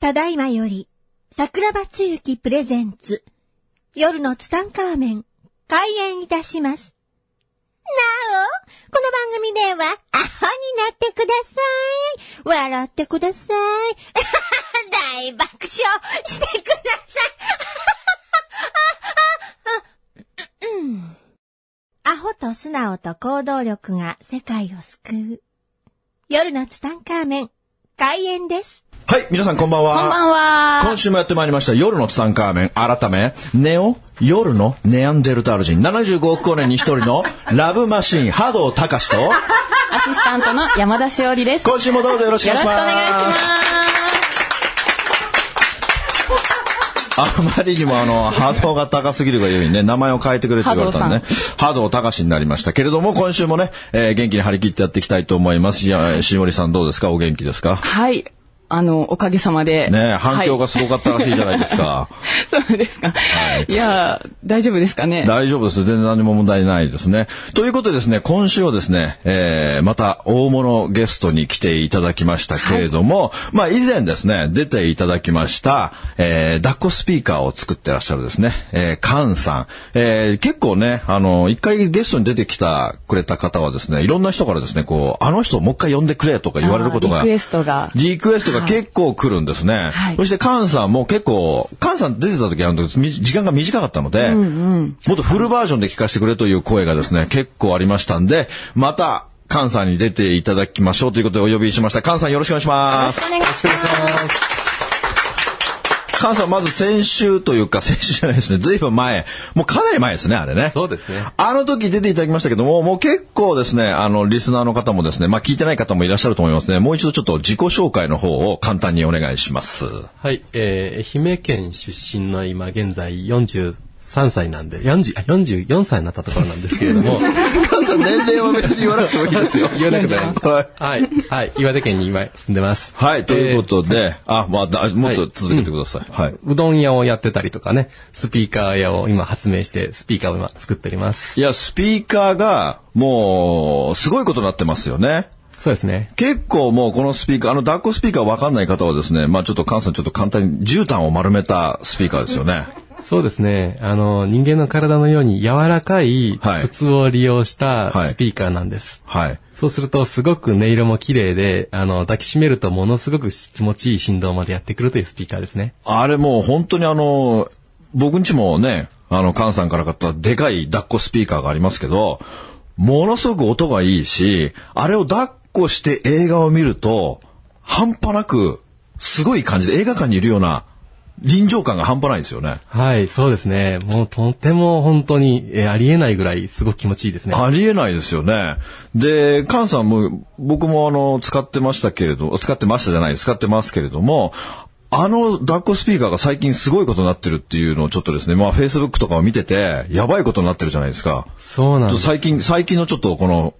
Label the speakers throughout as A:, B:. A: ただいまより、桜庭つゆきプレゼンツ、夜のツタンカーメン、開演いたします。なお、この番組では、アホになってください。笑ってください。 大爆笑してくださ い。アホと素直と行動力が世界を救う。夜のツタンカーメン、開演です。
B: はい、皆さんこんばんは。
C: こんばんは。
B: 今週もやってまいりました夜のツタンカーメン改めネオ夜のネアンデルタール人75億光年に一人の ラブマシーン波動隆史と
C: アシスタントの山田しおりです。よ
B: 今週もどうぞよろしくお
C: ろ
B: 願
C: しく
B: い
C: お
B: します
C: 願いします。
B: あまりにもあの波動が高すぎるがゆえにね名前を変えてくれって言われたんでね波動隆史になりましたけれども今週もね、えー元気に張り切ってやっていきたいと思いますいやしおりさんどうですかお元気ですか
C: はい。あの、おかげさまで。
B: ねえ反響が
C: は
B: すごかったらしいじゃないです か、
C: いそうですか。い、やー、大丈夫ですかね。
B: 大丈夫です。全然何も問題ないですね。ということでですね、今週はですね、えー、また大物ゲストに来ていただきましたけれども、まあ以前ですね、出ていただきました、えー、抱っこスピーカーを作ってらっしゃるですね、えー、カンさん。えー、結構ね、あの、一回ゲストに出てきた、くれた方はですね、いろんな人からですね、こう、あの人をもう一回呼んでくれとか言われること
C: あー
B: が
C: リクエストが。
B: リクエストが結構来るんですね。
C: はい
B: そして、カンさんも結構、カンさん出てた時あの時、み時間が短かったので、もっとフルバージョンで聞かせてくれという声がですね、結構ありましたんで、また、カンさんに出ていただきましょうということでお呼びしました。カンさんよろしくお願いし
C: よ
B: ま
C: ろし
B: す。
C: くお願いします。
B: カンさん、まず先週というか、 先週じゃないですね、ずいぶん前、もうかなり前ですね、あれね。
D: そうですね。
B: あの時出ていただきましたけども、もう結構ですね、あの、リスナーの方もですね、まあ聞いてない方もいらっしゃると思いますね。もう一度ちょっと自己紹介の方を簡単にお願いします。
D: はい、えー、愛媛県出身の今現在43歳なんで、40あ44歳になったところなんですけれ ども、
B: カンさん年齢は別に言わなくてもいいですよ。
D: 言わなくてもいいです
B: はい。
D: はい、はい、岩手県に今住んでます。
B: はい、ということで、あ、まあだ、もっと
D: はい
B: 続けてください。はい。
D: うどん屋をやってたりとかね、スピーカー屋を今発明して、スピーカーを今作っております。
B: いや、スピーカーが、もう、すごいことになってますよね。
D: そうですね。
B: 結構もうこのスピーカー、あの、抱っこスピーカーわかんない方はですね、まあちょっとカンさんちょっと簡単に絨毯を丸めたスピーカーですよね。
D: そうですね。あの、人間の体のように柔らかい
B: はい
D: 筒を利用した
B: はい
D: スピーカーなんです。
B: はい。
D: そうすると、すごく音色も綺麗で、あの、抱きしめるとものすごく気持ちいい振動までやってくるというスピーカーですね。
B: あれもう本当にあの、僕んちもね、あの、カンさんから買ったでかい抱っこスピーカーがありますけど、ものすごく音がいいし、あれを抱っこして映画を見ると、半端なく、すごい感じで映画館にいるような臨場感が半端ないですよね。
D: はい、そうですね。もうとても本当に、えーありえないぐらいすごく気持ちいいですね。
B: ありえないですよね。で、カンさんも、僕もあの、使ってましたけれど、使ってましたじゃない、使ってますけれども、あの抱っこスピーカーが最近すごいことになってるっていうのをちょっとですね、まあ Facebook とかを見てて、やばいことになってるじゃないですか。
D: そうなん
B: ちょっ
D: で
B: と
D: す。
B: 最近、最近のちょっとこの、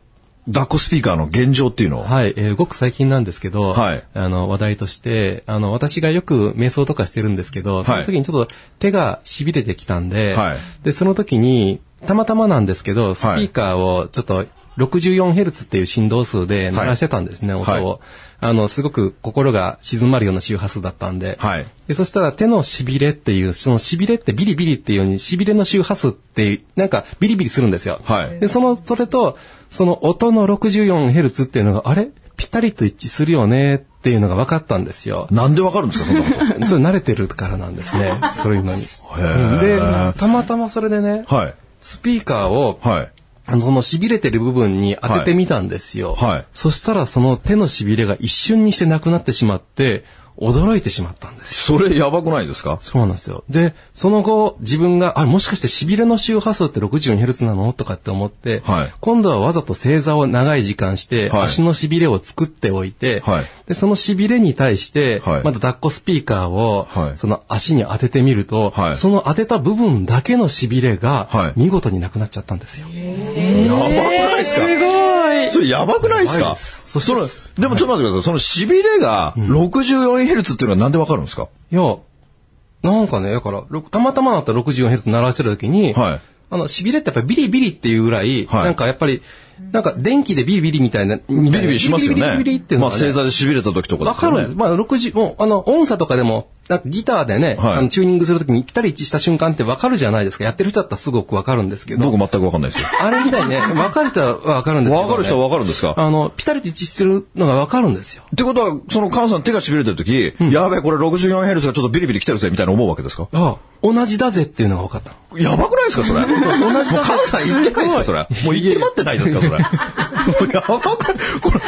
B: 抱っこスピーカーの現状っていうのを。
D: はい、えーごく最近なんですけど、
B: はい
D: あの、話題として、あの、私がよく瞑想とかしてるんですけど、その時にちょっと手が痺れてきたんで、
B: はい
D: で、その時に、たまたまなんですけど、スピーカーをちょっと 64Hz っていう振動数で鳴らしてたんですね、
B: はい
D: 音を。あの、すごく心が静まるような周波数だったんで、
B: はい
D: で、そしたら手の痺れっていう、その痺れってビリビリっていうように、痺れの周波数って、なんかビリビリするんですよ。
B: はい。
D: で、その、それと、その音の 64Hz っていうのが、あれぴったりと一致するよねっていうのが分かったんですよ
B: なんでわかるんですか、そんなこと。
D: それ慣れてるからなんで すね。そういうのに。うんで、たまたまそれでね、
B: はい。
D: スピーカーを、
B: はい。
D: あの、その痺れてる部分に当ててみたんですよ。
B: はいはい
D: そしたらその手の痺れが一瞬にしてなくなってしまって、驚いてしまったんですよ
B: それやばくないですか
D: そうなんですよ。で、その後、自分が、あ、もしかして痺れの周波数って 64Hz なのとかって思って、
B: はい
D: 今度はわざと正座を長い時間して、
B: はい
D: 足の痺れを作っておいて、
B: はい
D: で、その痺れに対して、
B: はい
D: また抱っこスピーカーを、
B: はい
D: その足に当ててみると、
B: はい
D: その当てた部分だけの痺れが、
B: はい
D: 見事になくなっちゃったんですよ。
B: やばくないですか
C: ごい。
B: それやばくないです
D: やば
B: か
D: いです
B: その、でもちょっと待ってください。その痺れが 64Hz っていうのはなんでわかるんですか、
D: いや、なんかね、だから、ろくたまたまだった 64Hz 鳴らしてる時に、
B: はい
D: あの、痺れってやっぱりビリビリっていうぐらい、
B: はい
D: なんかやっぱり、なんか電気でビリビリみたいな、
B: ビリ
D: ビ
B: ビリしますよね。
D: ビリビリビリっていう
B: ま
D: の
B: あ
D: がね
B: 正座で痺れた時とか
D: わ
B: です
D: か
B: よ
D: るん
B: ね。
D: です。まあ、6時、もう、あの、音差とかでも、なんかギターでね、
B: はい
D: あのチューニングするときにピタリ一致した瞬間ってわかるじゃないですか。やってる人だったらすごくわかるんですけど。
B: 僕全くわかんないですよ。
D: あれみた いにね、わかる人はわかるんですけど、
B: わ
D: ね。
B: かる人はわかるんですか
D: あの、ピタリと一致するのがわかるんですよ。
B: ってことは、その菅さん手が痺れてる時、やべえ、これ 64Hz がちょっとビリビリ来てるぜ、みたいな思うわけですか
D: ああ、同じだぜっていうのが分かったの。
B: やばくないですか、そ れ。もう菅さん言ってないですか、それ。もう言って待ってないですか、それ。 もうやばくないこれ、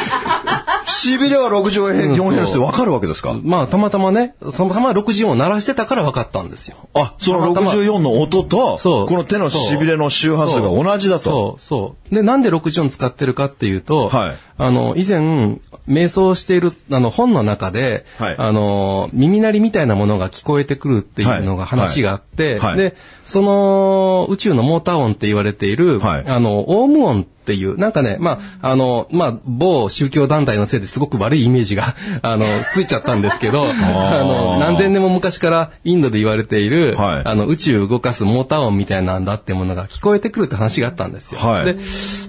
B: 痺れは 64Hz でわかるわけですか
D: まあ、たまたまね、そのたま64を鳴らしてたから分かったんですよ。
B: あ、その64の音と、
D: そう。
B: この手の痺れの周波数が同じだと。
D: そう、そう。で、なんで64使ってるかっていうと、
B: はい
D: あの、以前、瞑想している、あの、本の中で、
B: はい
D: あの、耳鳴りみたいなものが聞こえてくるっていうのが話があって、
B: はいはい
D: で、その、宇宙のモーター音って言われている、
B: はい
D: あの、オウム音っていう、なんかね、まあ、あの、まあ、某宗教団体のせいですごく悪いイメージが、あの、ついちゃったんです けど、あの、何千年も昔からインドで言われている、
B: はい
D: あの、宇宙を動かすモーター音みたいなんだってものが聞こえてくるって話があったんですよ。
B: はい
D: で、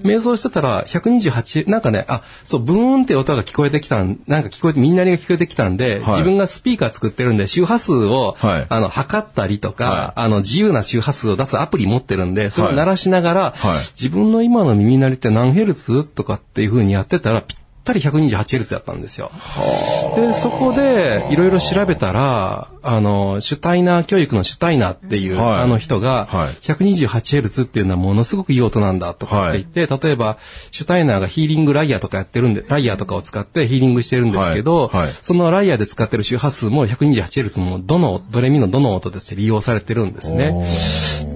D: 瞑想してたら、128、なんかね、あ、そう、ブーンって音が聞こえてきたん、なんか聞こえて、みんなりが聞こえてきたん
B: は
D: で、
B: い
D: 自分がスピーカー作ってるんで、周波数を、
B: はい
D: あの、測ったりと
B: は
D: か、あの、自由な周波数を出すアプリ持ってるんで、それを鳴らしながら、
B: はい
D: 自分の今の耳鳴りって何ヘルツとかっていう風にやってたら、ぴったり128ヘルツだったんですよ。で、そこで、いろいろ調べたら、あの、シュタイナー教育のシュタイナーっていう、
B: はい
D: あの人が、
B: はい
D: 128Hz っていうのはものすごくいい音なんだとかって言って、例えば、シュタイナーがヒーリングライヤーとかやってるんで、ライヤーとかを使ってヒーリングしてるんですけど、
B: はいはい
D: そのライヤーで使ってる周波数も 128Hz もどの、どれみのどの音として利用されてるんですね。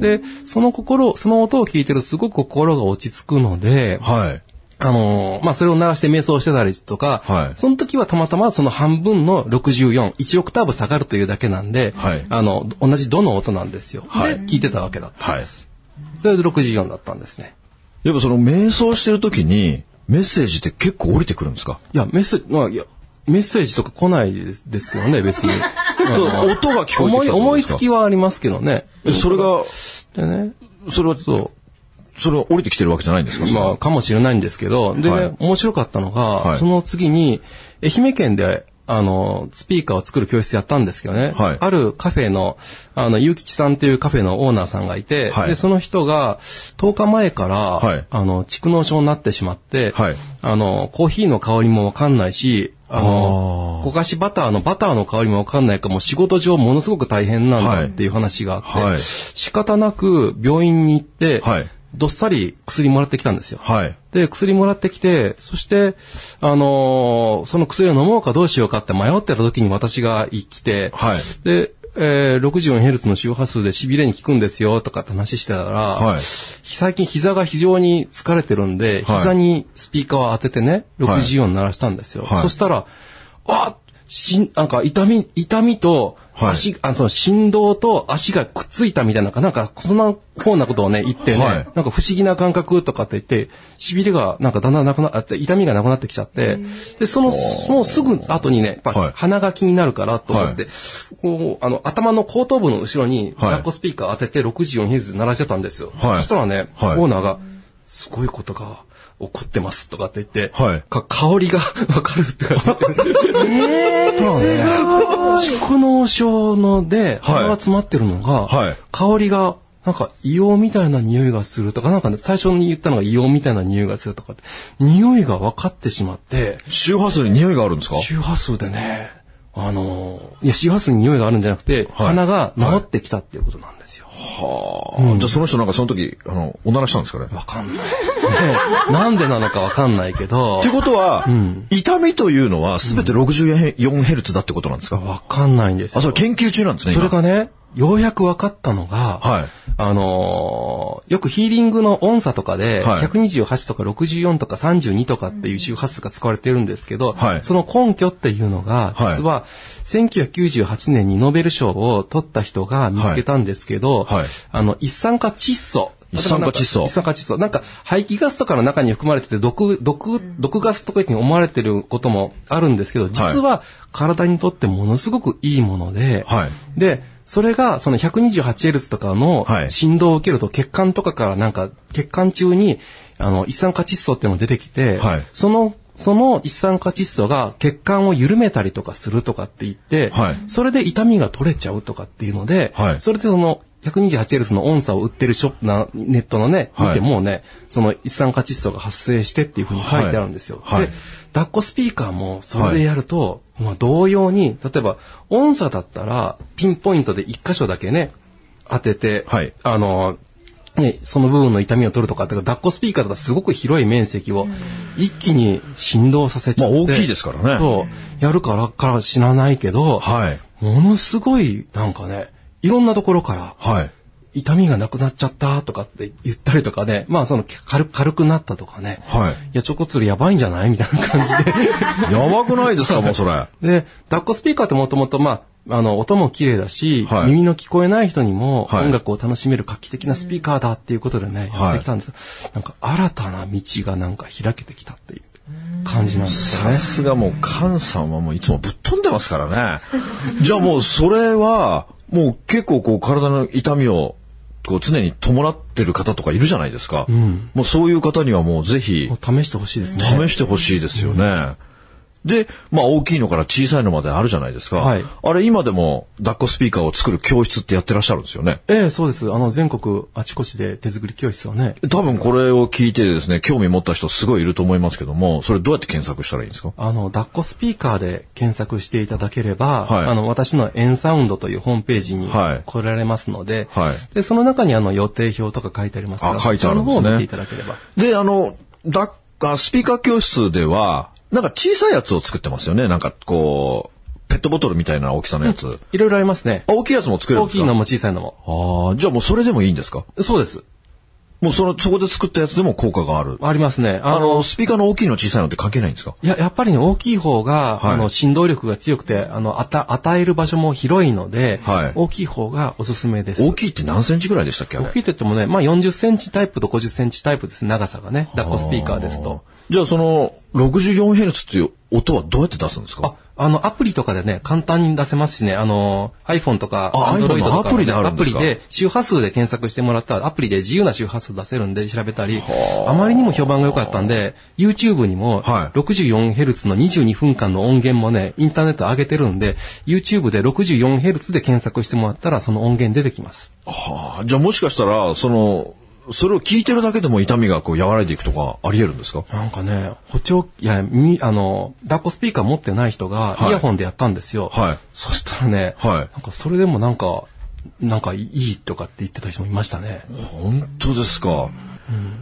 D: で、その心、その音を聞いてるとすごく心が落ち着くので、
B: はい。
D: あのーまあ、それを鳴らして瞑想してたりとか、
B: はい
D: その時はたまたまその半分の64、1オクターブ下がるというだけなんで、
B: はい
D: あの、同じどの音なんですよ。
B: はい
D: で、聞いてたわけだったん
B: はい
D: です。それで64だったんですね。
B: やっぱその瞑想してる時に、メッセージって結構降りてくるんですか
D: いや、メッセージ、まあ、いや、メッセージとか来ないですですけどね、 別に。あの
B: 音が聞こえてきた
D: 思い、
B: ってこと
D: 思
B: で
D: い
B: すか
D: つきはありますけどね。
B: えそれが、
D: でね。
B: それは、
D: そう。
B: それは降りてきてるわけじゃないんですかそれは
D: まあ、かもしれないんですけど、でね、
B: はい
D: 面白かったのが、
B: はい
D: その次に、愛媛県で、あの、スピーカーを作る教室やったんですけどね、
B: はい
D: あるカフェの、あの、ゆうきちさんっていうカフェのオーナーさんがいて、
B: はい
D: で、その人が、10日前から、
B: はい
D: あの、蓄膿症になってしまって、
B: はい
D: あの、コーヒーの香りもわかんないし、あの、焦がしバターのバターの香りもわかんないから、もう仕事上ものすごく大変なん
B: は
D: だ
B: い
D: っていう話があって、
B: はい
D: 仕方なく病院に行って、
B: はい
D: どっさり薬もらってきたんですよ。
B: はい。
D: で、薬もらってきて、そして、あのーその薬を飲もうかどうしようかって迷ってた時に私が来て、
B: はい
D: で、えー、64Hz の周波数で痺れに効くんですよとかって話してたら、
B: はい
D: 最近膝が非常に疲れてるんで、
B: はい
D: 膝にスピーカーを当ててね、
B: はい
D: 64鳴らしたんですよ。
B: はい
D: そしたら、あしん、なんか痛み、痛みと、
B: はい
D: 足、あその振動と足がくっついたみたいな、なんか、そんなこうなことをね、言ってね、
B: はい
D: なんか不思議な感覚とかって言って、痺れがなんかだんだんなくなって、痛みがなくなってきちゃって、で、その、もうすぐ後にね、やっ
B: はい
D: ぱ鼻が気になるからと思って、こう、あの、頭の後頭部の後ろに、
B: はい
D: ラッコスピーカー当てて64ヒルズ鳴らしてたんですよ。
B: はい
D: そしたらね、
B: はい
D: オーナーが、すごいことが起こってますとかって言って、
B: はい
D: か香りが わかるって感じで。蓄膿症ので、鼻が詰まってるのが、
B: はい
D: 香りが、なんか、硫黄みたいな匂いがするとか、なんかね、最初に言ったのが硫黄みたいな匂いがするとかって、匂いが分かってしまって、
B: 周波数に匂いがあるんですか
D: 周波数でね、あの、いや、周波数に匂いがあるんじゃなくて、
B: はい
D: 鼻が治ってきたっていうことなんですよ。
B: じゃあその人なんかその時、あの、おならしたんですかね
D: わかんない。ねえなんでなのかわかんないけど
B: って、ことは、痛みというのは全て 64Hz だってことなんですか、
D: わかんないんです
B: あ、
D: よ。
B: それ研究中なんですね。
D: そ
B: 今
D: れがね、ようやく分かったのが、
B: はい
D: あのーよくヒーリングの音差とかで、
B: はい
D: 128とか64とか32とかっていう周波数が使われてるんですけど、
B: はい
D: その根拠っていうのが、
B: はい
D: 実は1998年にノーベル賞を取った人が見つけたんですけど、
B: はいはい
D: あの、一酸化窒素。
B: 一酸化窒素
D: 一酸化窒素。なんか、排気ガスとかの中に含まれてて、毒、毒、毒ガスとかに思われてることもあるんですけど、実は体にとってものすごくいいもので、
B: はい
D: で、それが、その 128Hz とかの
B: はい
D: 振動を受けると、血管とかからなんか、血管中に、あの、一酸化窒素っていうのが出てきて、
B: はい
D: その、その一酸化窒素が血管を緩めたりとかするとかって言って、
B: はい
D: それで痛みが取れちゃうとかっていうので、
B: はい
D: それでその、128Hz の音差を売ってるショップな、ネットのね、
B: はい
D: 見てもね、その一酸化窒素が発生してっていうふうに書いてあるんですよ。
B: はいはい
D: で、抱っこスピーカーもそれでやると、まあ同様に、例えば音差だったら、ピンポイントで一箇所だけね、当てて、
B: はい
D: あの、ね、その部分の痛みを取るとかっていうか、抱っこスピーカーだとすごく広い面積を一気に振動させちゃって。
B: まあ大きいですからね
D: そう。やるからから知らないけど、
B: はい。
D: ものすごい、なんかね、いろんなところから、
B: はい。
D: 痛みがなくなっちゃったとかって言ったりとかね、まあその軽く軽くなったとかね、
B: はい
D: や、ちょこっとやばいんじゃないみたいな感じで。
B: やばくないですか、もうそれ。は
D: で、抱っこスピーカーってもともと、まあ、あの、音も綺麗だし、
B: はい
D: 耳の聞こえない人にも
B: はい
D: 音楽を楽しめる画期的なスピーカーだっていうことでね、
B: はい
D: やってきたんです。なんか新たな道がなんか開けてきたっていう感じなんですよ
B: さ
D: ね。
B: すがもう、菅さんはもういつもぶっ飛んでますからね。じゃあもう、それは、もう結構こう、体の痛みを、こう、常に伴ってる方とかいるじゃないですか。
D: ん
B: もうそういう方にはもうぜひ
D: も、う試してほしいですね。
B: 試してほしいですよね。で、まあ大きいのから小さいのまであるじゃないですか。
D: はい
B: あれ今でも抱っこスピーカーを作る教室ってやってらっしゃるんですよね。
D: ええ、そうです。あの、全国あちこちで手作り教室をね、
B: 多分これを聞いてですね、興味持った人すごいいると思いますけども、それどうやって検索したらいいんですか
D: あの、抱っこスピーカーで検索していただければ、
B: はい
D: あの、私のエンサウンドというホームページに
B: はい
D: 来られますので、
B: はい
D: で、その中にあの、予定表とか書いてありますから、
B: あ書いてあるんですね
D: そちらの方を見ていただければ。
B: で、あの、だあスピーカー教室では、なんか小さいやつを作ってますよね。なんかこう、ペットボトルみたいな大きさのやつ。
D: いろいろありますね。
B: あ大きいやつも作れるん
D: 大
B: です
D: き
B: か
D: いの
B: も。
D: も小さいのも。
B: ああ、じゃあもうそれでもいいんですか
D: そうです。
B: もうその、そこで作ったやつでも効果がある。
D: ありますね。あ
B: あ
D: の、
B: の、スピーカーの大きいの小さいのって関係ないんですか
D: いや、やっぱりね、大きい方が、
B: はい
D: あの、振動力が強くて、あの、あた、与える場所も広いので、
B: はい
D: 大きい方がおすすめです。
B: 大きいって何センチぐらいでしたっけあれ
D: 大きいと言ってもね、まあ、40センチタイプと50センチタイプです。長さがね。抱っこスピーカーですと。
B: じゃあその 64Hz っていう音はどうやって出すんですか
D: あ、あの、アプリとかでね、簡単に出せますしね、あの、iPhone とか、
B: あ
D: Android
B: iPhone
D: と
B: の
D: か、
B: アプリである
D: ア
B: んで
D: プ
B: す
D: リ
B: か
D: で、周波数で検索してもらったら、アプリで自由な周波数出せるんで調べたり、あまりにも評判が良かったんで、YouTube にも、
B: はい
D: 64Hz の22分間の音源もね、インターネット上げてるんで、YouTube で 64Hz で検索してもらったら、その音源出てきます。
B: はあ、じゃあもしかしたら、その、それを聞いてるだけでも痛みがこう和らいでいくとかあり得るんですか
D: なんかね、補聴、いや、み、あの、抱っこスピーカー持ってない人が、
B: はい
D: イヤホンでやったんですよ。
B: はい
D: そしたらね、
B: はい
D: なんかそれでもなんか、なんかいいとかって言ってた人もいましたね。
B: 本当ですか。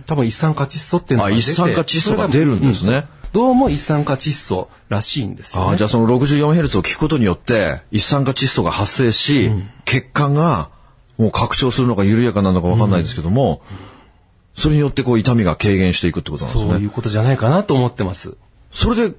D: 多分一酸化窒素っていうの
B: あ、
D: が出て
B: 一酸化窒素が出るんです。
D: それ
B: ね。
D: がどうも一酸化窒素らしいんですよ、
B: あ
D: ね。
B: じゃあその 64Hz を聞くことによって、一酸化窒素が発生し、血管がもう拡張するのか緩やかなのかわかんないですけども、それによってこう痛みが軽減していくってことなんですね。
D: そういうことじゃないかなと思ってます。
B: それで、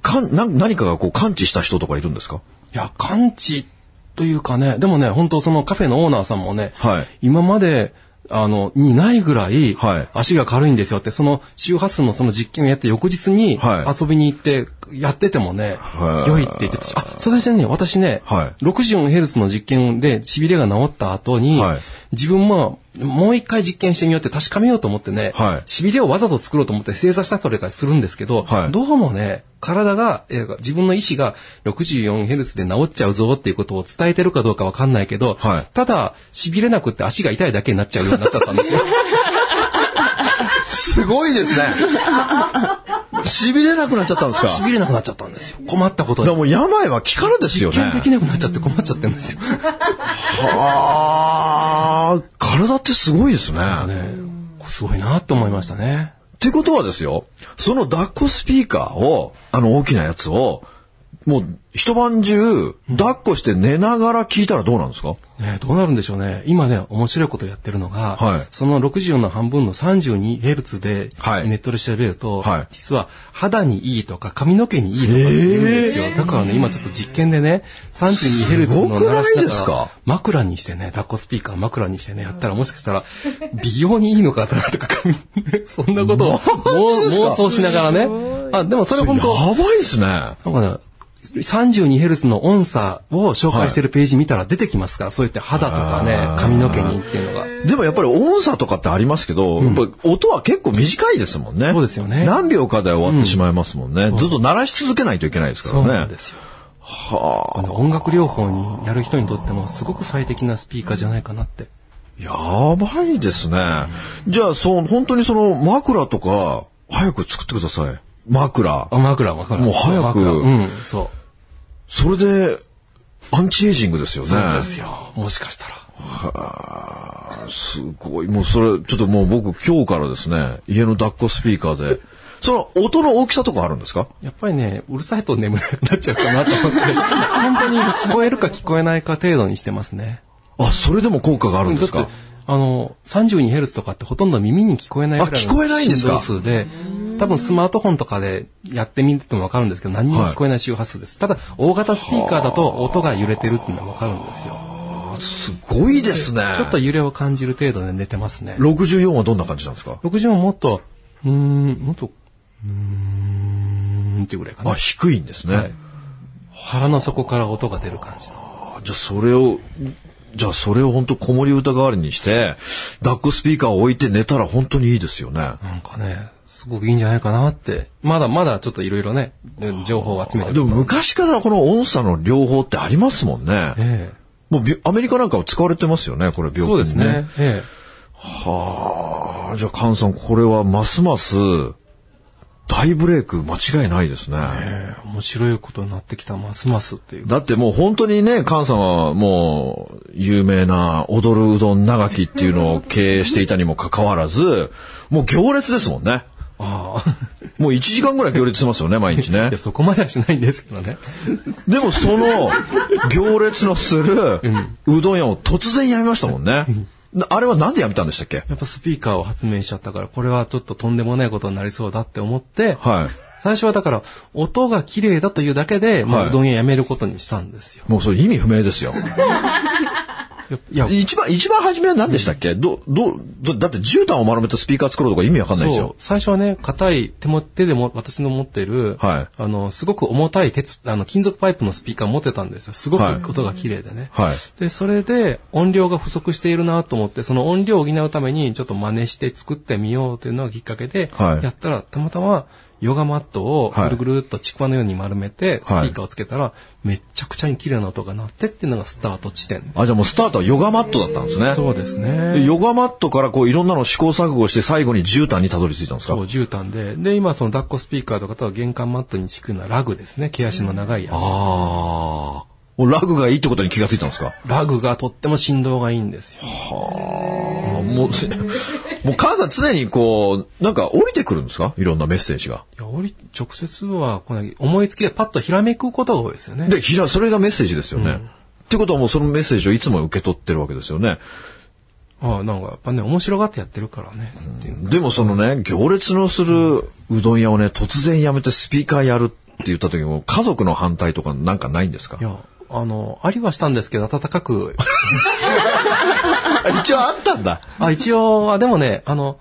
B: かん、な、何かがこう感知した人とかいるんですか
D: いや、感知というかね、でもね、本当そのカフェのオーナーさんもね、
B: はい
D: 今まで、あの、にないぐらい
B: はい、
D: 足が軽いんですよって、その周波数のその実験をやって翌日に
B: はい
D: 遊びに行って、やっててもね
B: は、い
D: 良いって言ってたし、あ、それでね、私ね、
B: は
D: 64Hz の実験で痺れが治った後に
B: はい、
D: 自分ももう一回実験してみようって確かめようと思ってね、
B: はい
D: 痺れをわざと作ろうと思って正座したりとかするんですけど、
B: はい
D: どうもね、体が、えー自分の意思が 64Hz で治っちゃうぞっていうことを伝えてるかどうかわかんないけど、
B: はい
D: ただ、痺れなくって足が痛いだけになっちゃうようになっちゃった んですよ。
B: すごいですね。痺れなくなっちゃったんですか
D: 痺れなくなっちゃったんですよ。困ったこと
B: だからも
D: で。
B: う病は気からですよ
D: 実験でき
B: ね。
D: なくなっちゃって困っちゃってるんですよ。
B: はあ、体ってすごいですね。
D: ねすごいなと思いましたね。
B: ってことはですよ、その抱っこスピーカーを、あの大きなやつを、もう一晩中、抱っこして寝ながら聞いたらどうなんですか、
D: ねどうなるんでしょうね。今ね、面白いことやってるのが、
B: はい
D: その64の半分の 32Hz で、
B: はい
D: ネットで調べると、
B: はい
D: 実は肌にいいとか髪の毛にいいとかって言うんですよ。だからね、今ちょっと実験でね、32Hz の鳴ら
B: すごくない
D: し
B: です
D: た
B: か
D: ら、枕にしてね、抱っこスピーカー枕にしてね、やったらもしかしたら、美容にいいのかなとか、髪、 そんなことを妄
B: ジですか
D: 妄想しながらね。あ、でもそれ
B: や
D: 本当
B: ばいですね。
D: なんかね、 32Hz の音差を紹介してるページ見たら出てきますから、そういった肌とかね、髪の毛にっていうのが。
B: でもやっぱり音差とかってありますけど、やっぱり音は結構短いですもんね。
D: そうですよね
B: 何秒かで終わってしまいますもんね。ずっと鳴らし続けないといけないですか
D: そうな
B: ら
D: ん
B: ね
D: で。すよ。はあの音楽療法にやる人にとってもすごく最適なスピーカーじゃないかなって。
B: やばいですね。じゃあ、そう、本当にその枕とか、早く作ってください。枕。
D: あ、枕、枕。
B: もう早く
D: 枕うん、そ
B: それで、アンチエイジングですよ
D: う。
B: ね。
D: そうですよ。もしかしたら。
B: すごい。もうそれ、ちょっともう僕今日からですね、家の抱っこスピーカーで、その音の大きさとかあるんですか
D: やっぱりね、うるさいと眠れなくなっちゃうかなと思って、 本当に聞こえるか聞こえないか程度にしてますね。
B: あ、それでも効果があるんです
D: だっ
B: か
D: て、あの、32Hz とかってほとんど耳に聞こえないぐらい
B: あ聞こえないん
D: の
B: です
D: 振動
B: か
D: 数で、多分スマートフォンとかでやってみてもわかるんですけど、何にも聞こえない周波数です。ただ、大型スピーカーだと音が揺れてるっていうのはわかるんですよ。
B: すごいですね。
D: ちょっと揺れを感じる程度で寝てますね。
B: 64はどんな感じなんですか
D: 60ももっと、うーん、もっと、うーんっていうぐらいか
B: あ、
D: な。
B: 低いんですね。
D: はい腹の底から音が出る感じの。
B: あじゃあそれを、じゃあそれを本当子守歌代わりにして、抱っこスピーカーを置いて寝たら本当にいいですよね。
D: なんかね、すごくいいんじゃないかなって。まだまだちょっといろいろね、情報を集めて
B: でも昔からこの音差の療法ってありますもんね。
D: え
B: もうびアメリカなんかは使われてますよね、これ
D: え
B: 病気
D: そうですね。え
B: はあ、じゃあ、カンさん、これはますます大ブレイク間違いないですね。
D: え面白いことになってきた、ますますっていう。
B: だってもう本当にね、カンさんはもう有名な踊るうどん長きっていうのを経営していたにもかかわらず、もう行列ですもんね。
D: ああ。
B: もう1時間ぐらい行列してますよね、毎日ね
D: いや、。そこまではしないんですけどね。
B: でもその行列のするうどん屋を突然やめましたもんね。なあれはなんでやめたんでしたっけ
D: やっぱスピーカーを発明しちゃったから、これはちょっととんでもないことになりそうだって思って、
B: はい。
D: 最初はだから、音が綺麗だというだけで、ま
B: は
D: あ、
B: いう
D: どん屋やめることにしたんですよ。
B: もうそれ意味不明ですよ。
D: いや、
B: 一番、一番初めは何でしたっけど、ど、どだって絨毯を丸めたスピーカー作ろうとか意味わかんないです
D: そう
B: よ。。
D: 最初はね、硬い手も、手でも、私の持ってる、
B: はい
D: あの、すごく重たい鉄、あの、金属パイプのスピーカー持ってたんですよ。すご
B: はい
D: く音が綺麗でね。
B: はい。
D: で、それで音量が不足しているなと思って、その音量を補うためにちょっと真似して作ってみようというのがきっかけで、
B: はい
D: やったらたまたまヨガマットを
B: はい
D: ぐるぐるっとちくわのように丸めて、スピ
B: はい
D: ーカーをつけたら、めっちゃくちゃに綺麗な音が鳴ってっていうのがスタート地点。
B: あ、じゃあもうスタートはヨガマットだったんですね。
D: そうです
B: で
D: ね。
B: ヨガマットからこういろんなのを試行錯誤して最後に絨毯にたどり着いたんですか
D: そう、絨毯で。で、今その抱っこスピーカーとかとは玄関マットに敷くようなラグですね。毛足の長いやつ。
B: ああ。もうラグがいいってことに気がついたんですか
D: ラグがとっても振動がいいんですよ。
B: あもう、もう 母さん常にこう、なんか降りてくるんですかいろんなメッセージが。
D: いや、俺、直接は来ない。思いつきでパッとひらめくことが多いですよね。
B: で、ひら、それがメッセージですよね。ってことはもうそのメッセージをいつも受け取ってるわけですよね。
D: ああ、なんかやっぱね、面白がってやってるからね。っていう
B: でもそのね、行列のするうどん屋をね、突然やめてスピーカーやるって言った時も、家族の反対とかなんかないんですか
D: いや、あの、ありはしたんですけど、温かく。
B: 一応あったんだ。
D: あ、一応、あ、 でもね、あの、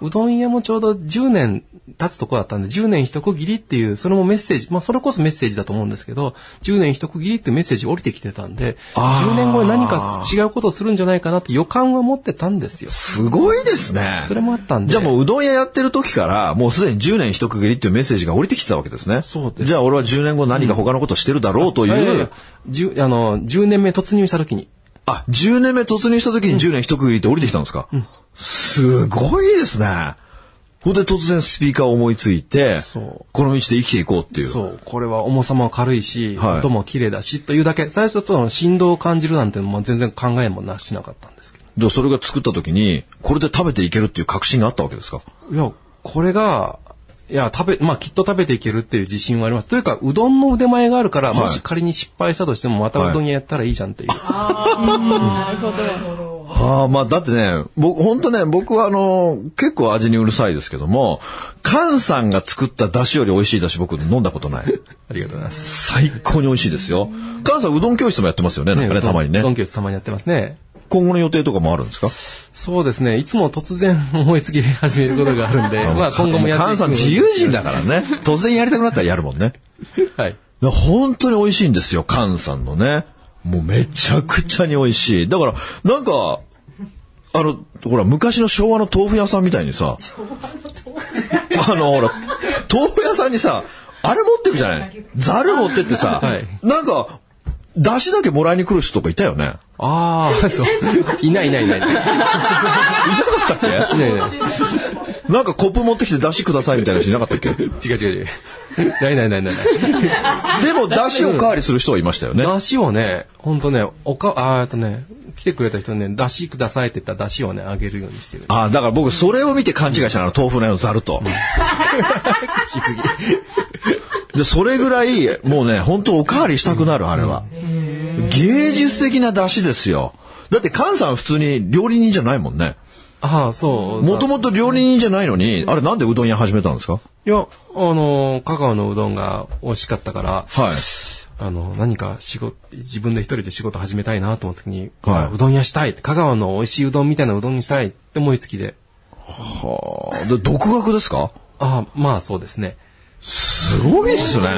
D: うどん屋もちょうど10年経つとこだったんで、10年一区切りっていう、それもメッセージ、まあそれこそメッセージだと思うんですけど、10年一区切りってメッセージ降りてきてたんで、
B: あー
D: 10年後に何か違うことをするんじゃないかなって予感は持ってたんですよ。
B: すごいですね。
D: それもあったんで。
B: じゃあもううどん屋やってる時から、もうすでに10年一区切りっていうメッセージが降りてきてたわけですね。
D: そうです
B: じゃあ俺は10年後何か他のことしてるだろうと
D: い
B: いう、
D: やいやいや10あの、10年目突入した時に。
B: あ、10年目突入した時に10年一区切りって降りてきたんですか、すごいですね。ほんで突然スピーカーを思いついて
D: そう、
B: この道で生きていこうっていう。
D: そう、これは重さも軽いし、
B: はい
D: 音も綺麗だし、というだけ、最初その振動を感じるなんてのも全然考えもなしなかったんですけ
B: で、それが作った時に、これで食べていけるっていう確信があったわけですか
D: ど。いや、これが、いや、食べ、まあ、きっと食べていけるっていう自信はあります。というか、うどんの腕前があるから、もし仮に失敗したとしても、またうどん屋やったらいいじゃんっていう。
B: ああ、まあ、だってね、僕、本当ね、僕はあの、結構味にうるさいですけども、カンさんが作った出汁より美味しい出汁僕飲んだことない。
D: ありがとうございます。
B: 最高に美味しいですよ。カンさんうどん教室もやってますよね、なんかね、たまに
D: うどん
B: ね。
D: 教室たまにやってますね。
B: 今後の予定とかもあるんですか
D: そうですね。いつも突然思いつきで始めること があるんで、まあ今後もやって
B: カン
D: いく
B: さん自由人だからね。突然やりたくなったらやるもんね。
D: はい。
B: だから本当に美味しいんですよ、カンさんのね。もうめちゃくちゃに美味しい。だから、なんか、あの、ほら、昔の昭和の豆腐屋さんみたいにさ、あの、ほら、豆腐屋さんにさ、あれ持ってるじゃないざる持ってってさ、
D: はい
B: なんか、出汁だけもらいに来る人とかいたよね。
D: ああ、そう。いないいないいない。いない
B: いなかったっ
D: いない。
B: けなんかコップ持ってきて出汁くださいみたいな人いなかったっけで
D: 違う違う違う。 ないない ないないない。
B: も出汁を代わりする人はいましたよね。
D: 出汁をね、ほんとね、おか、あーえっとね、来てくれた人にね、出汁くださいって言ったら出汁をね、あげるようにしてる。
B: ああ、だから僕それを見て勘違いしたの、あの豆腐のざると。
D: 口すぎ。
B: で、それぐらい、もうね、本当おかわりしたくなる、あれは。芸術的な出汁ですよ。だって、カンさん普通に料理人じゃないもんね。
D: ああ、そう。
B: もともと料理人じゃないのに、あれなんでうどん屋始めたんですか
D: いや、あのー、香川のうどんが美味しかったから、
B: はい。
D: あの、何か仕事、自分で一人で仕事始めたいなと思った時に、
B: はいう
D: どん屋したいって、香川の美味しいうどんみたいなうどんにしたいって思いつきで、
B: はあ、で独学ですか
D: ああ、まあそうですね。
B: すごいっすね。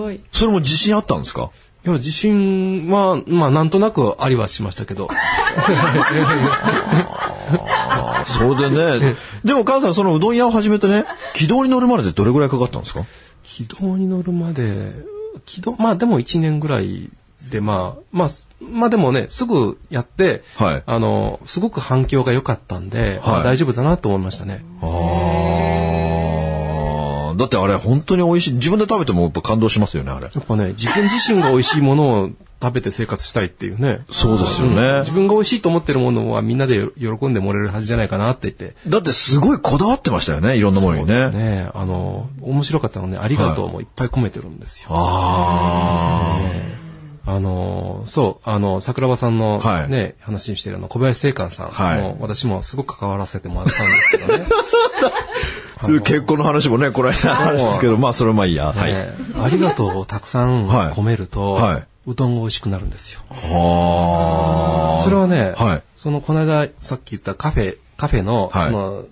C: ごい。
B: それも自信あったんですか
D: いや、自信は、まあなんとなくありはしましたけど、
B: あそれで ね。でも、カンさん、そのうどん屋を始めてね、軌道に乗るまででどれぐらいかかったんですか
D: 軌道に乗るまで、軌道、まあでも1年ぐらいで、まあ、まあ、まあでもね、すぐやって、
B: はい
D: あの、すごく反響が良かったんで、
B: はい
D: あ大丈夫だなと思いましたね。
B: ああ。だってあれ、本当に美味しい。自分で食べてもやっぱ感動しますよね、あれ。
D: やっぱね、自分自身が美味しいものを食べて生活したいっていうね。
B: そうですよね。
D: 自分が美味しいと思ってるものはみんなで喜んでもらえるはずじゃないかなって言って。
B: だってすごいこだわってましたよね、いろんなものにね。
D: ねえあの、面白かったのね、ありがとうもいっぱい込めてるんですよ。
B: あ
D: あの、そう、あの、桜庭さんのね、
B: はい
D: 話にしてるあの、小林聖寛さんも、
B: はい
D: 私もすごく関わらせてもらったんですけどね。
B: あ。結婚の話もね、こないだあるんですけど、まあそれはまあいいや。 はい。
D: ねえありがとうをたくさん
B: はい
D: 込めると、
B: はいう
D: どんが美味しくなるんですよ。
B: は
D: それはね、
B: はい
D: そのこの間さっき言ったカフェ、カフェの、
B: はい
D: その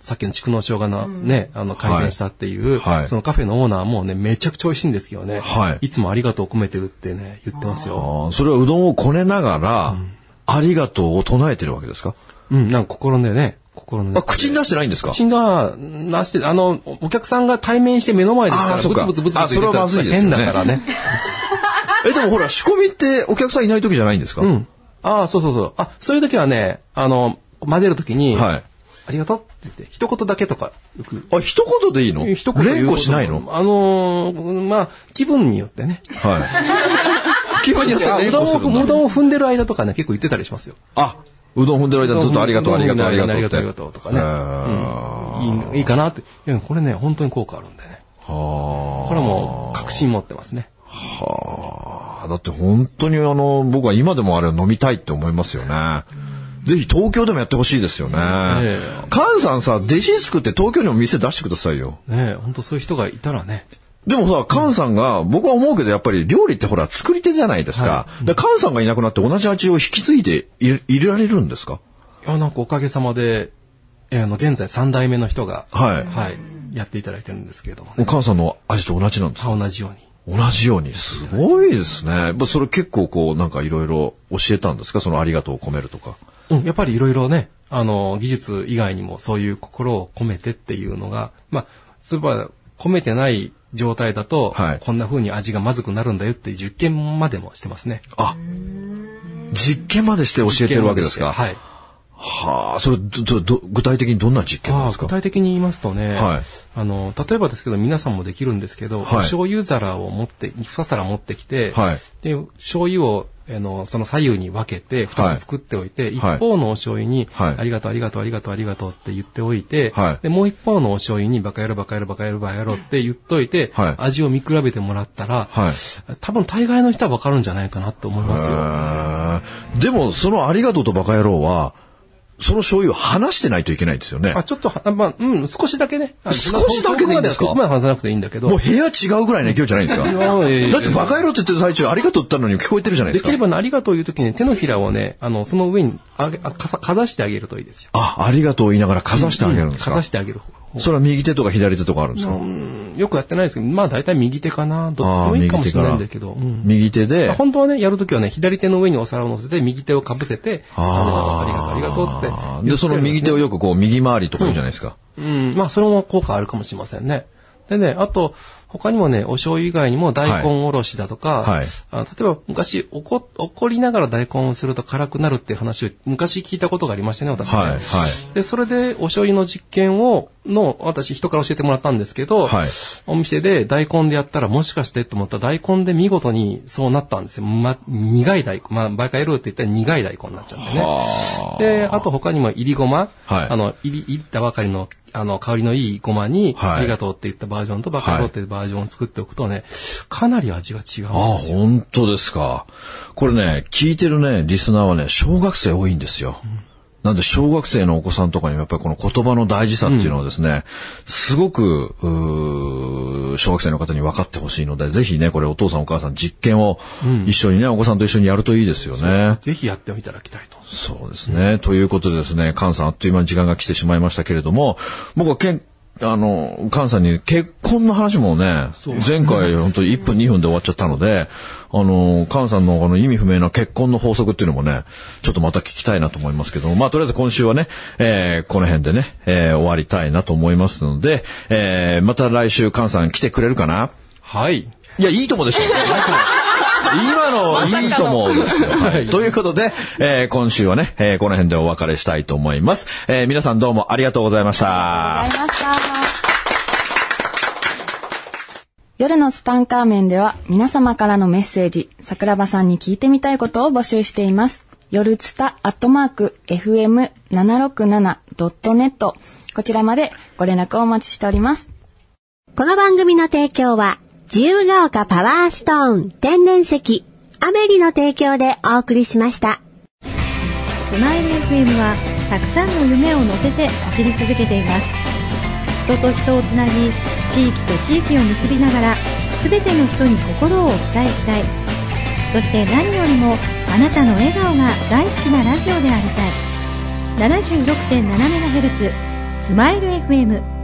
D: さっきの蓄能生姜のね、あの改善したっていう、
B: はいはい
D: そのカフェのオーナーもね、めちゃくちゃ美味しいんですけどね、
B: はい
D: つもありがとうを込めてるってね、言ってますよ。
B: あ。それはうどんをこねながら、ありがとうを唱えてるわけですか
D: うん、なんか心でね、心の
B: あ、
D: 中で。
B: 口に出してないんですか
D: 口が、なして、あの、おお客さんが対面して目の前ですか
B: あー
D: ら、
B: そっ
D: ブ
B: か
D: ツブツブツブツ
B: あそれ
D: 言っ
B: はま
D: てたら
B: ずいですよ
D: 変
B: ね
D: だからね。
B: え、でもほら、仕込みってお客さんいない時じゃないんですか
D: うん。ああ、そうそうそう。あ、そういう時はね、あの、混ぜる時に、
B: はい。
D: ありがとうって言って、一言だけとか、よく
B: あ、一言でいいの
D: 一言言う
B: 連呼しないの
D: あのーまあ、気分によって ね。
B: はい。気分 によって
D: あう
B: 連
D: どん
B: 呼する
D: を、
B: ん
D: う
B: だ。
D: どんを踏んでる間とかね、結構言ってたりしますよ。
B: あ、うどん踏んでる間ずっとありがとう、ありがとう、ありがとう。
D: ありがとう、ありがとうとかね。
B: へ
D: うんいいいいかなって。いやこれね、本当に効果あるんでね。
B: はあ。
D: これはもう、確信持ってますね。
B: はあ、だって本当にあの、僕は今でもあれを飲みたいって思いますよね。ぜひ東京でもやってほしいですよね。
D: え
B: カンさんさ、弟子作って東京にも店出してくださいよ。
D: ね本当そういう人がいたらね。
B: でもさ、カンさんが、僕は思うけどやっぱり料理ってほら作り手じゃないですか。だからカンさんがいなくなって同じ味を引き継いでいいられるんですか
D: いや、なんかおかげさまで、えーあの、現在3代目の人が、
B: はい
D: はい、やっていただいてるんですけれどもね。
B: もうカンさんの味と同じなんですか
D: 同じように。
B: 同じように。すごいですね。やっぱそれ結構こう、なんかいろいろ教えたんですかそのありがとうを込めるとか。
D: うん、やっぱりいろいろね、あの、技術以外にもそういう心を込めてっていうのが、まあ、そういえば、込めてない状態だと、
B: はい
D: こんな風に味がまずくなるんだよっていう実験までもしてますね。
B: あ、実験までして教えてるわけですか。
D: 実験ましてはい。
B: はあ、それどどど具体的にどんな実験なん
D: あ
B: で
D: あ
B: すか
D: 具体的に言いますとね、
B: はい
D: あの、例えばですけど、皆さんもできるんですけど、
B: はい
D: お醤油皿を持って、二皿持ってきて、
B: はい
D: で、醤油を、あの、その左右に分けて、
B: は
D: 二
B: い
D: つ作っておいて、一
B: はい
D: 方のお醤油に、
B: はい
D: ありがとう、ありがとう、ありがとう、ありがとうって言っておいて、
B: はい
D: で、もう一方のお醤油に、バカ野郎、バカ野郎、バカ野郎、バカ野郎って言っといて、
B: はい
D: 味を見比べてもらったら、
B: はい
D: 多分大概の人は分かるんじゃないかなと思いますよ。
B: へえでも、そのありがとうとバカ野郎は、その醤油を離してないといけないんですよね
D: あ、。ちょっとは、まあ、うん、少しだけね。あの
B: 少しだけでいいんですか
D: そこまではそこまで話さなくていいんだけど。
B: もう部屋違うぐらいの勢いじゃないですか。
D: やいやいや
B: だってバカ野郎って言ってる最中、ありがとうって言ったのに聞こえてるじゃないで
D: です
B: か
D: きれ。ばねありがとういう時に手のひらをね、あの、その上にあげあかさ、かざしてあげるといいですよ。
B: あ、ありがとうを言いながらかざしてあげるんですか。
D: かざしてあげる方
B: それは右手とか左手とかあるんですか、
D: うんよくやってないですけど、まあ大体右手かな。どっちでもいいかもしれないんだけど。うん
B: 右手で、
D: 本当はね、やるときはね、左手の上にお皿を乗せて、右手をかぶせて、
B: あ
D: ありがとう、ありがとう、ありがとうって。
B: で、その右手をよくこう、右回りとか言うじゃないですか。
D: うん、まあ、それも効果あるかもしれませんね。でね、あと、他にもね、お醤油以外にも大根おろしだとか、
B: はいはい
D: あ例えば昔怒、怒りながら大根をすると辛くなるっていう話を昔聞いたことがありましたね、私ね。
B: はい、はい。
D: で、それでお醤油の実験を、の、私人から教えてもらったんですけど、
B: はい
D: お店で大根でやったらもしかしてと思ったら大根で見事にそうなったんですよ。ま、苦い大根。まあ、バカ野郎って言ったら苦い大根になっちゃってね。で、あと他にもいりごま、
B: はい
D: あの、いり、いったばかりの、あの、香りのいいごまに、
B: はい
D: ありがとうって言ったバージョンとバカ野郎っていうバージョンを作っておくとね、かなり味が違うん
B: ああ、
D: ですよ。
B: 本当ですか。これね、聞いてるね、リスナーはね、小学生多いんですよ。なんで、小学生のお子さんとかにもやっぱりこの言葉の大事さっていうのをですね、すごく、うー小学生の方に分かってほしいので、ぜひね、これお父さんお母さん実験を一緒にね、お子さんと一緒にやるといいですよね。
D: ぜひやっていただきたいと。
B: そうですね。ということでですね、菅さんあっという間に時間が来てしまいましたけれども、僕はけん、あの、菅さんに結婚の話もね、前回本当に1分2分で終わっちゃったので、あの、菅さんのあの意味不明な結婚の法則っていうのもね、ちょっとまた聞きたいなと思いますけども、まあとりあえず今週はね、えーこの辺でね、えー終わりたいなと思いますので、えーまた来週菅さん来てくれるかな
D: はい。
B: いや、いいともでしょ。今のいいともですよ。はい、ということで、えー今週はね、えーこの辺でお別れしたいと思います。えー皆さんどうもありがとうございました。
E: ありました。夜のツタンカーメンでは皆様からのメッセージ、桜庭さんに聞いてみたいことを募集しています。夜ツタアットマーク fm767.net こちらまでご連絡をお待ちしております。
A: この番組の提供は、自由が丘パワーストーン天然石、アメリの提供でお送りしました。
F: スマイル FM はたくさんの夢を乗せて走り続けています人と人をつなぎ地域と地域を結びながら全ての人に心をお伝えしたいそして何よりもあなたの笑顔が大好きなラジオでありたい 76.7MHz スマイル FM